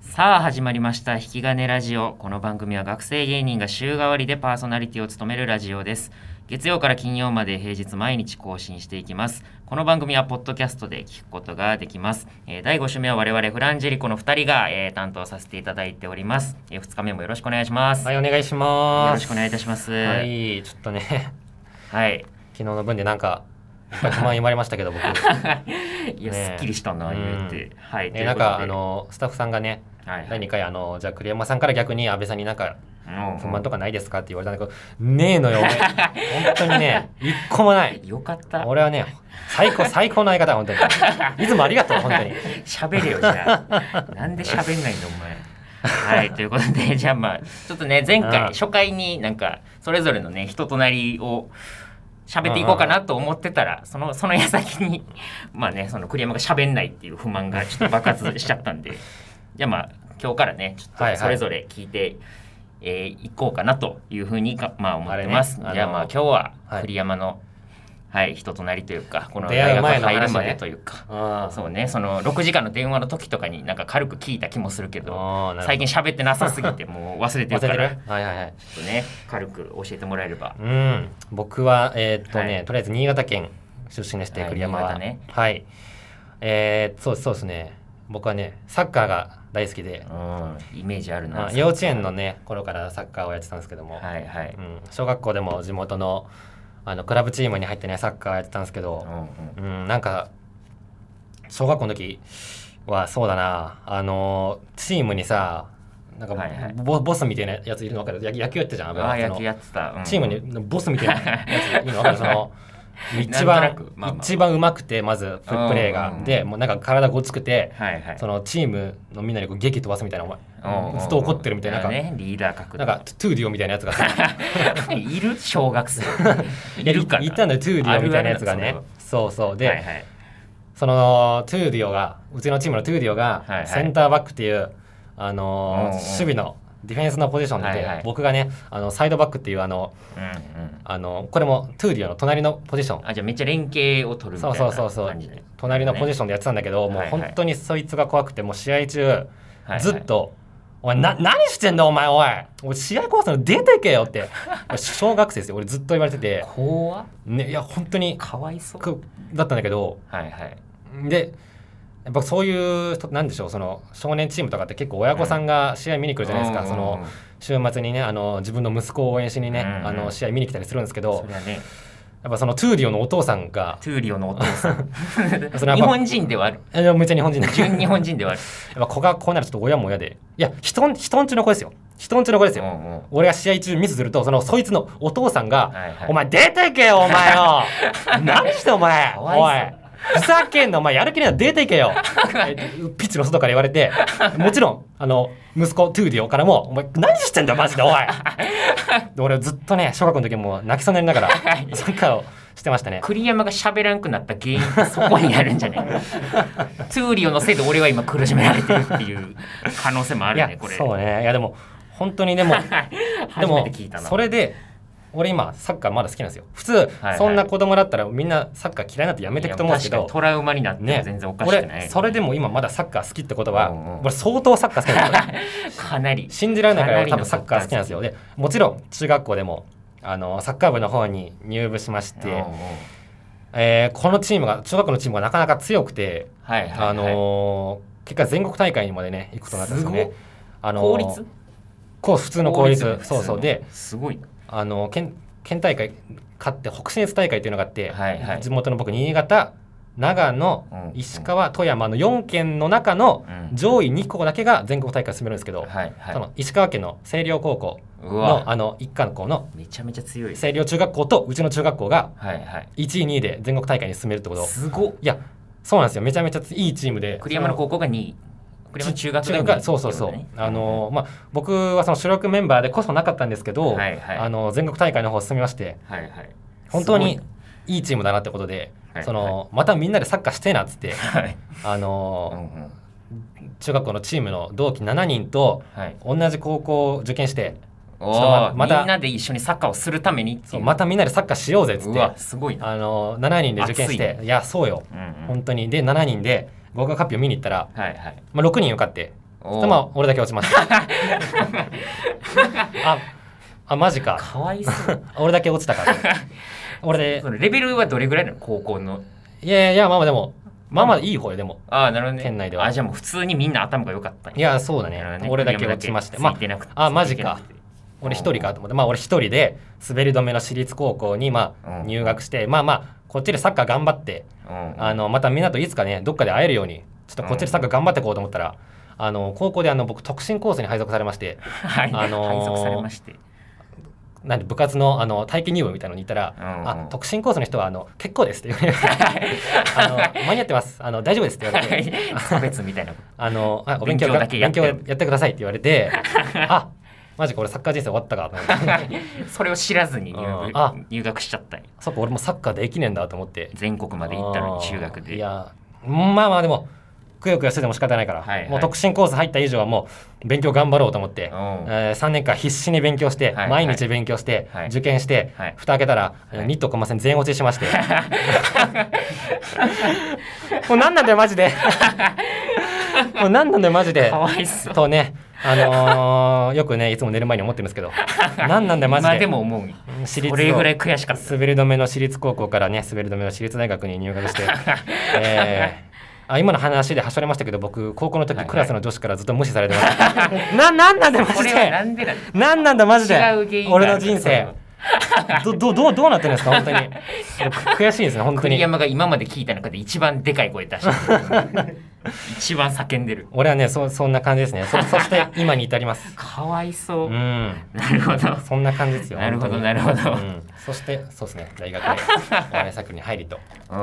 さあ始まりました「引き金ラジオ」この番組は学生芸人が週替わりでパーソナリティを務めるラジオです月曜から金曜まで平日毎日更新していきますこの番組はポッドキャストで聞くことができます、えー第5週目は我々フランジェリコの2人が、えー担当させていただいております、え2日目もよろしくお願いします、はい、お願いします。よろしくお願いいたしますはい、ちょっとね、 はい昨日の分でなんか、不満言われましたけど、僕。いや、ねすっきりしたな、う言んうて。はい。といえうなこんとでか、あ、の、スタッフさんがね、はい、はい何かあの、じゃあ栗山さんから逆に安倍さんになんか、うん不満とかないですかって言われたんだけど、ねえのよ、俺。本当に ね、一個もない。よかった。俺はね、最高、最高の相方、本当に。いつもありがとう、本当に。喋れよ、じゃあ。なんで喋んないんだ、お前。はい、ということで、 じゃあまあ、ちょっとね、前うん回、初回になんか、それぞれのね、人となりを喋っていこうかなと思ってたら、その、その矢先に、 まあね、その栗山が喋んないっていう不満がちょっと爆発しちゃったんで、じゃあまあ、今日からね、ちょはっいはといそれぞれ聞いて、えー行こうかなというふうにか、まあ、思ってます。あれねあのじゃあまあ今日ははい栗山の、はい、人となりというかこの出会大学う前の話ね入るまでというか、あそうねその6時間の電話の時とかになんか軽く聞いた気もするけどあ最近喋ってなさすぎて もう忘れてる忘かれてらちょるはいはいはい。っとね軽く教えてもらえればうん、僕は、えーっとね、はいとりあえず新潟県出身でして、はい栗山新は。潟ねはい。えー、そうそうですね。僕はね、サッカーが大好きで、うんイメージあるまなあ幼稚園のね、頃からサッカーをやってたんですけども、はいはいうん、小学校でも地元のあのクラブチームに入ってね、サッカーやってたんですけどう、んうんうん、なんか、小学校の時はそうだな、あの、チームにさ、なんかボ,、はいはいボスみたいなやついるの分かる野野球やってたじゃん、ああその野球やってたうんチームにボスみたいなやついる の分かるその一なん番となくまあまあ一番うまくてまずププレーうんがうんうんでもうなんか体ごつくてはいはいそのチームのみんなにこう劇飛ばすみたいなおうんうんうん前ずっと怒ってるみたいななんかねリーダー格なだんかトゥーディオみたいなやつがさ いる小学 生 いるかいたんだよトゥーディオみたいなやつがあるあるねなそうそうそれははいではいそのトゥーディオがうちのチームのトゥーディオはいはがいセンターバックっていうあうんうんのー守備のディフェンスのポジションはいはいで僕がねあのサイドバックっていうあのうんうんあのこれもトゥーディオの隣のポジションあじゃあめっちゃ連携を取るみたいそうなそ感うじそうそうで隣のポジシションでやってたんだけど、ねもうはいはい本当にそいつが怖くてもう試合中ョずっと「お前な何してんだお前おい俺試合怖さの出てけよ」って 俺小学生ですよ俺ずっと言われてて、怖っね、いや本当にかわいそうくだったんだけどはいはいでやっぱそういう人なんでしょうその少年チームとかって結構親御さんが試合見に来るじゃないですか、うんその週末にねあの自分の息子を応援しにね、うんあの試合見に来たりするんですけそどりゃねやっぱそのトゥーディオのお父さんがトゥーリオのお父さん それは日本人ではあるえでもめっちゃ日本人だ純日本人ではあるやっぱ子がこうなるとちょっと親も親で。いや、人ん、人んちの子ですよ。人んちの子ですうんよ。うん俺が試合中ミスすると、その、そいつのお父さんが、はいはいお前出てけよ、お 前よ何してお前かおわいいふざけんな、お前やる気ないなら出て けよえピッチの外から言われて、もちろん、あの、息子、トゥーディオからも、お前何してんだよ、マジ で、おいで俺ずっとね、小学校の時もう泣きそうになりながら、サッカーをしてましたね。栗山が喋らんくなった原因ってそこにあるんじゃないト ゥーリオのせいで俺は今苦しめられてるっていう可能性もあいるや ねこれそうね。いや、でも、本当にでも、で初めもて聞いたなそれで俺今サッカーまだ好きなんですよ普通、はいそんな子供だったらみんなサッカー嫌いになってやめていくと思うんですけいやど確かにトラウマになってもね全然おかしくない、俺それでも今まだサッカー好きってことは、うんうん俺相当サッカー好きなんですよ かなり信じられないくらい俺多かなりの分サッカー好きなんですよでもちろん中学校でもあのサッカー部の方に入部しましうんうんて、えーこのチームが中学校のチームがなかなか強くて、はいはい、はい、あのー結果全国大会にまでね行くことになったんですよすねご。あのー公立こう普通の公立そうそうですごいなあの県県大会勝って北信越大会というのがあって、はいはい地元の僕新潟長野、うん石川富山の4県の中のうん上位2校だけが全国大会進めるんですけど、はいはいその石川県の星稜高校うのわあの一貫校のめちゃめちゃ強い星稜中学校とうちの中学校がはいはい1位2位で全国大会に進めるってこといすごっやそうなんですよめちゃめちゃいいチームで栗山の高校が2位栗山中学中学ががそうそうそう、あーのーまあ僕はその主力メンバーでこそなかったんですけど、はいはいあのー全国大会の方進みましてはいはい本当にいいチームだなってことで、はいそのまたみんなでサッカーしてえなっつっ て、すごいはいあうんうのんー中学校のチームの同期7人とはい同じ高校を受験しておちょっとまーまたみんなで一緒にサッカーをするためにってそいううまたみんなでサッカーしようぜっつっうてわすごいなあのー7人で受験して熱い,、やそうようんうん本当にで7人で合格発表見に行ったら、はいはいまあ、6人受かっておおでまあ俺だけ落ちました ああマジかかわいそう。俺だけ落ちたから 俺でそのレベルはどれぐらいなの高校の。いやいやまあまあでもまあまあいい方よでもああ、なるほどね。県内ではあじゃあもう普通にみんな頭が良かったんいやそうだなるほねどね俺だけ落ちまして栗山だけまついてなくてああマつジかいてなくて俺一人かと思ってまあ俺一人で滑り止めの私立高校にまあうん入学してまあまあこっちでサッカー頑張ってうんあのまたみんなといつかねどっかで会えるようにちょっとこっちでサッカー頑張っていこうと思ったらあの高校であの僕特進コースに配属されましてはい、あのー配属されまして。なんで部活のあの体験入部みたいなのに行ったらうんあ特進コースの人はあの結構ですって言われてあの間に合ってますあの大丈夫ですって言われて 差別みたいなこあのあお勉強勉強だがけ勉やって強やってくださいって言われてあマジか俺サッカー人生終わったかと思ってと。それを知らずに入う学んあ入学しちゃったんやそっか俺もサッカーできねえんだと思って全国まで行ったのあにー中学で。いやまあまあでもくよくよしてても仕方ないから、はいはいもう特進コース入った以上はもう勉強頑張ろうと思って、うんえ3年間必死に勉強して、はい毎日勉強して、はい受験して、はい蓋開けたら、はいニットコマ線全落ちし ましてもう何なんだよマ ジでもう何なんだよマジでかわいそう。とね、あのーよくねいつも寝る前に思ってるんで すけど何なんだよマジで今でも思うんやそ私立のれぐらい悔しかった。滑り止めの私立高校からね滑り止めの私立大学に入学して、 えーあ今の話ではしょりましたけど僕高校の時、はいはいクラスの女子からずっと無視されてました ななんなんだマこジれはでなんでなんなんなんだマジで違う原因がある俺の人生どどどうどうなってるんですか本当 に悔しいですね本当栗に山が今まで聞いた中で一番でかい声出して る一番叫んでる俺はねそそんな感じですねそそして今に至りますかわいそうう、んなるほどそんな感じですよなるほど本当になるほどうん、そしてそうですね 大学でお笑いサークルに入りとう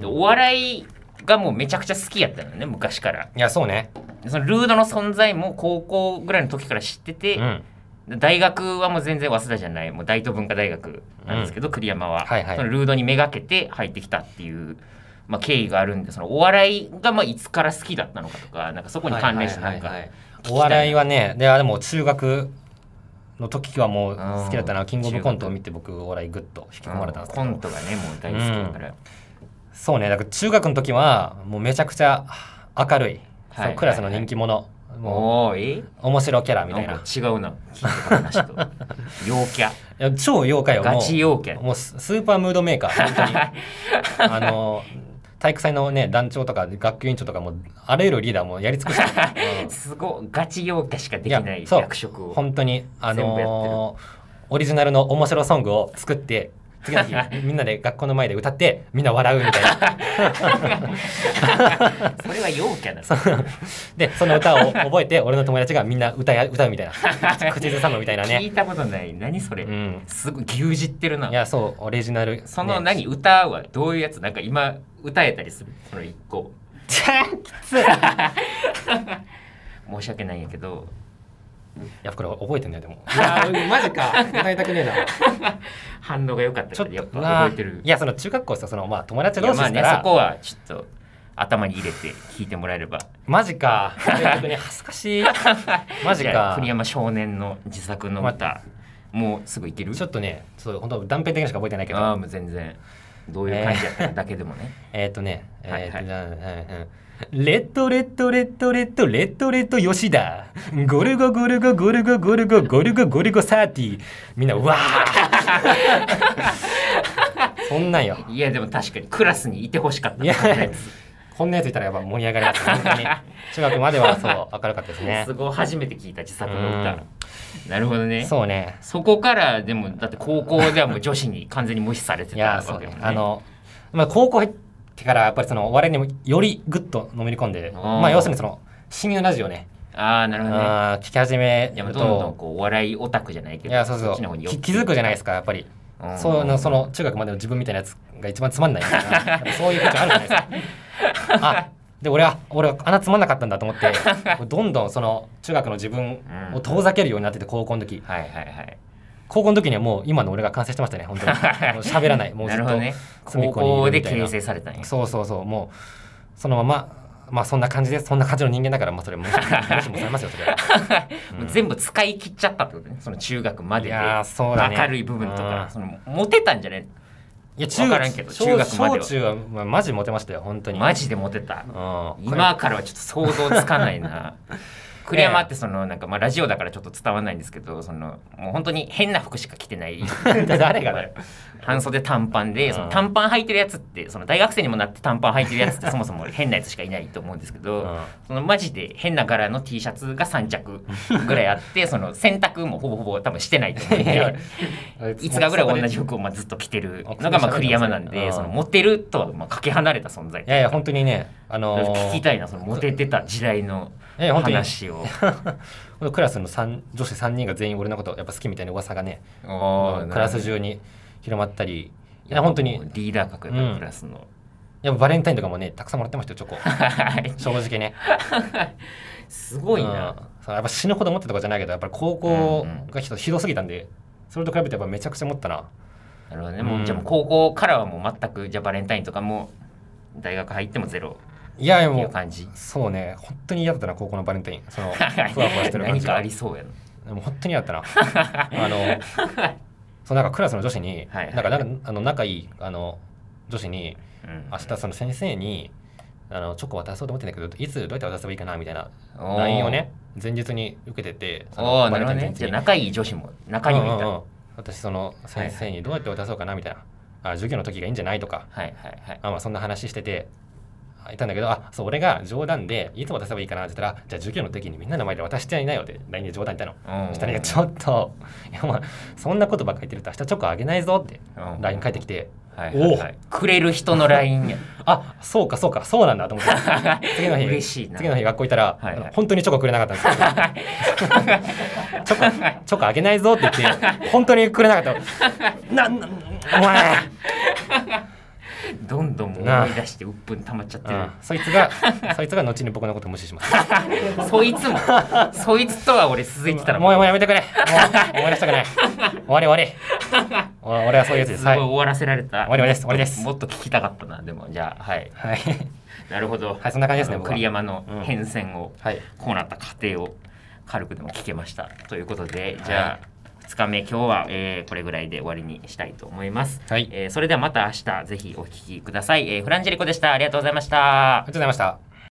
んでお笑いがもうめちゃくちゃ好きやったのね昔からいやそうねでそのルードの存在も高校ぐらいの時から知ってうて、ん大学はもう全然早稲田じゃないもう大東文化大学なんですけど、栗山は、はいはいそのルードにめがけて入ってきたっていう、まあ、経緯があるんでそのお笑いがまあいつから好きだったのかとかなんかそこに関連してなんか、はいはいはいお笑いはねであでも中学の時はもう好きだったうなんキングオブコントを見て僕お笑いグッと引き込まれたんですけコど、ントがねもう大好きだから、そうねだから中学の時はもうめちゃくちゃ明るい、はいそのクラスの人気者、おもおえう面白キャラみなたんいなか違うな聞いた話と 陽キャいや超妖怪をガもチ陽キャうもうススーパームードメーカー本当にあの体育祭のね団長とか学級委員長とかもうあらゆるリーダーもやり尽 くした、うんすごいガチ陽キャしかできないやそう役職を本当にあ全部やってるのーオリジナルの面白ソングを作って次 の日みんなで学校の前で歌ってみんな笑うみたいなそれは陽キャなのでその歌を覚えて俺の友達がみんな歌や歌うみたいな口ずさむみたいな聞いね、たことない何それ、うん、すごい牛耳ってるないやそうオリジナル、そのね、何、歌はどういうやつなんか今歌えたりするその一個申し訳ないんやけどいやこれ覚えてんだよでもいやマジか歌いたくねえな反応が良かったちょかっらやとっぱうわ覚えてるいやその中学校さそのまあ友達いや同士まであねそすからこはちょっと頭に入れて聞いてもらえればマジか逆に恥ずかしい マジじゃあか栗山少年の自作の歌、もうすぐいけるちょっとねそう本当断片的にしか覚えてないけどああもう全然どういう感じやったかだけでもね、えっ、とね、はいえーはといじゃあうんうんレッドレッドレッドレッドレッドレッド吉田ゴルゴゴルゴゴルゴゴルゴゴルゴゴルゴサーティみんなう わーそんなんよいやでも確かにクラスにいてほしかったいなやこんなやついたらやっぱ盛り上がります本当に中学まではそう明るかったですねすごい初めて聞いた自作の歌なるほどねそそうねこからでもだって高校ではもう女子に完全に無視されていたやわそうけねもねあの、まあ、高校入ってからやっぱりそのお笑いにもよりグッとのめり込んでんまあ要するにその深夜ラジオねああなるほどねあー聞き始めいやもうるどんどとんこうお笑いオタクじゃないけいどやそうこそっちの方うにき寄って気づくじゃないですかやっぱりうんそうのその中学までの自分みたいなやつが一番つまん ないみたいなやっぱそういうことあるじゃないですかあで俺は俺は穴つまんなかったんだ と思ってどんどんその中学の自分を遠ざけるようになってて高校の時はいはいはい高校の時にはもう今の俺が完成してましたね本 当にもう喋らないもうずなるっとほどね隅高っこにい校るでみたいな形成されたんやそうそうそうもうそのまままあそんな感じでそんな感じの人間だからまあそれもしもしもされますよそ れはもう全部使い切っちゃったってことねその中学までいでやーそうだね明るい部分とかうんそのモテたんじゃないいや中わからん学けど小中学までは小中は、まあ、マジモテましたよ本当にマジでモテたうんこれ今からはちょっと想像つかない な栗山ってそのなんかまあラジオだからちょっと伝わんないんですけどそのもう本当に変な服しか着てない 誰がだよ半袖短パンでその短パン履いてるやつってその大学生にもなって短パン履いてるや つってそもそも変なやつしかいないと思うんですけど、うんそのマジで変な柄の T シャツが3着ぐらいあってその洗濯もほぼほぼ多分してないと思うんいやでいつかぐらい同じ服をまあずっと着てるのがまあ栗山なんうでんそのモテるとはまあかけ離れた存在いやいや本当にねあのー聞きたいなそのモテてた時代のいや本当に話 を。このクラスの三女子3人が全員俺のことやっぱ好きみたいな噂がねおークラス中に広まったりいや本当にリーダー格やからクラスの、やっぱバレンタインとかもねたくさんもらってましたよチ ョコはい正直ねすごいうんな、そうやっぱ死ぬほど持ってたとかじゃないけどやっぱり高校うんうんがひどひどすぎたんでそれと比べてやっぱめちゃくちゃ持ったななるほどねもう、うんじゃあもう高校からはもう全くじゃあバレンタインとかも大学入ってもゼロいやいやっていもうう感じそうね本当に嫌だったな高校のバレンタイン そのふわふわしてる感何じかあがりそうやなでも本当に 嫌だったなあのそうなんかクラスの女子に、はいはいなんかなんかあの仲いいあの女子にうん明日その先生にあのチョコ渡そうと思ってんだけどいつどうやって渡せばいいかなみたいなおー LINE をね前日に受けててそおのおなるほどバレねンタじイゃあン仲いい女子も中前に日もいた、うんうんうん私その先生にどうやって渡そうかなみたいな、あ授業の時がいいんじゃないとかはいはいはいあ、まあ、そんな話しててあいたんだけどあそう俺が冗談でいつ渡せばいいかなって言ったらじゃあ授業の時にみんなの前で渡してやりなよって LINE で冗談言ったの。うんそしたらいやちょっといやお前そんなことばっかり言ってると明日チョコあげないぞってうん LINE 返ってきてはいはいはいくれる人の LINE やあそうかそうかそうなんだと思って 次の日嬉しいな次の日学校行ったら、はいはいあの本当にチョコくれなかった んですよチョコチョコあげないぞって言って本当にくれなかったななお前、 どんどんもう思い出して鬱憤溜まっちゃってうるん、そいつがそいつが後に僕のこと無視しますそいつもそいつとは俺続いてたらもうもうやめてくれもう思い出したくない終わり終 わりお俺はそういうやつですすごはいい、終わらせられた。終わりです終わりですもっと聞きたかったな、でも、じゃあ、はい。はい、なるほど。はいそんな感じですねあの僕は栗山の変遷を、はい、こうなった過程を軽くでも聞けました。ということで、じゃあ、2日目、今日は、えーこれぐらいで終わりにしたいと思います。はいえーそれではまた明日、ぜひお聞きください。えーフランジェリコでした。ありがとうございましたありがとうご。ざいました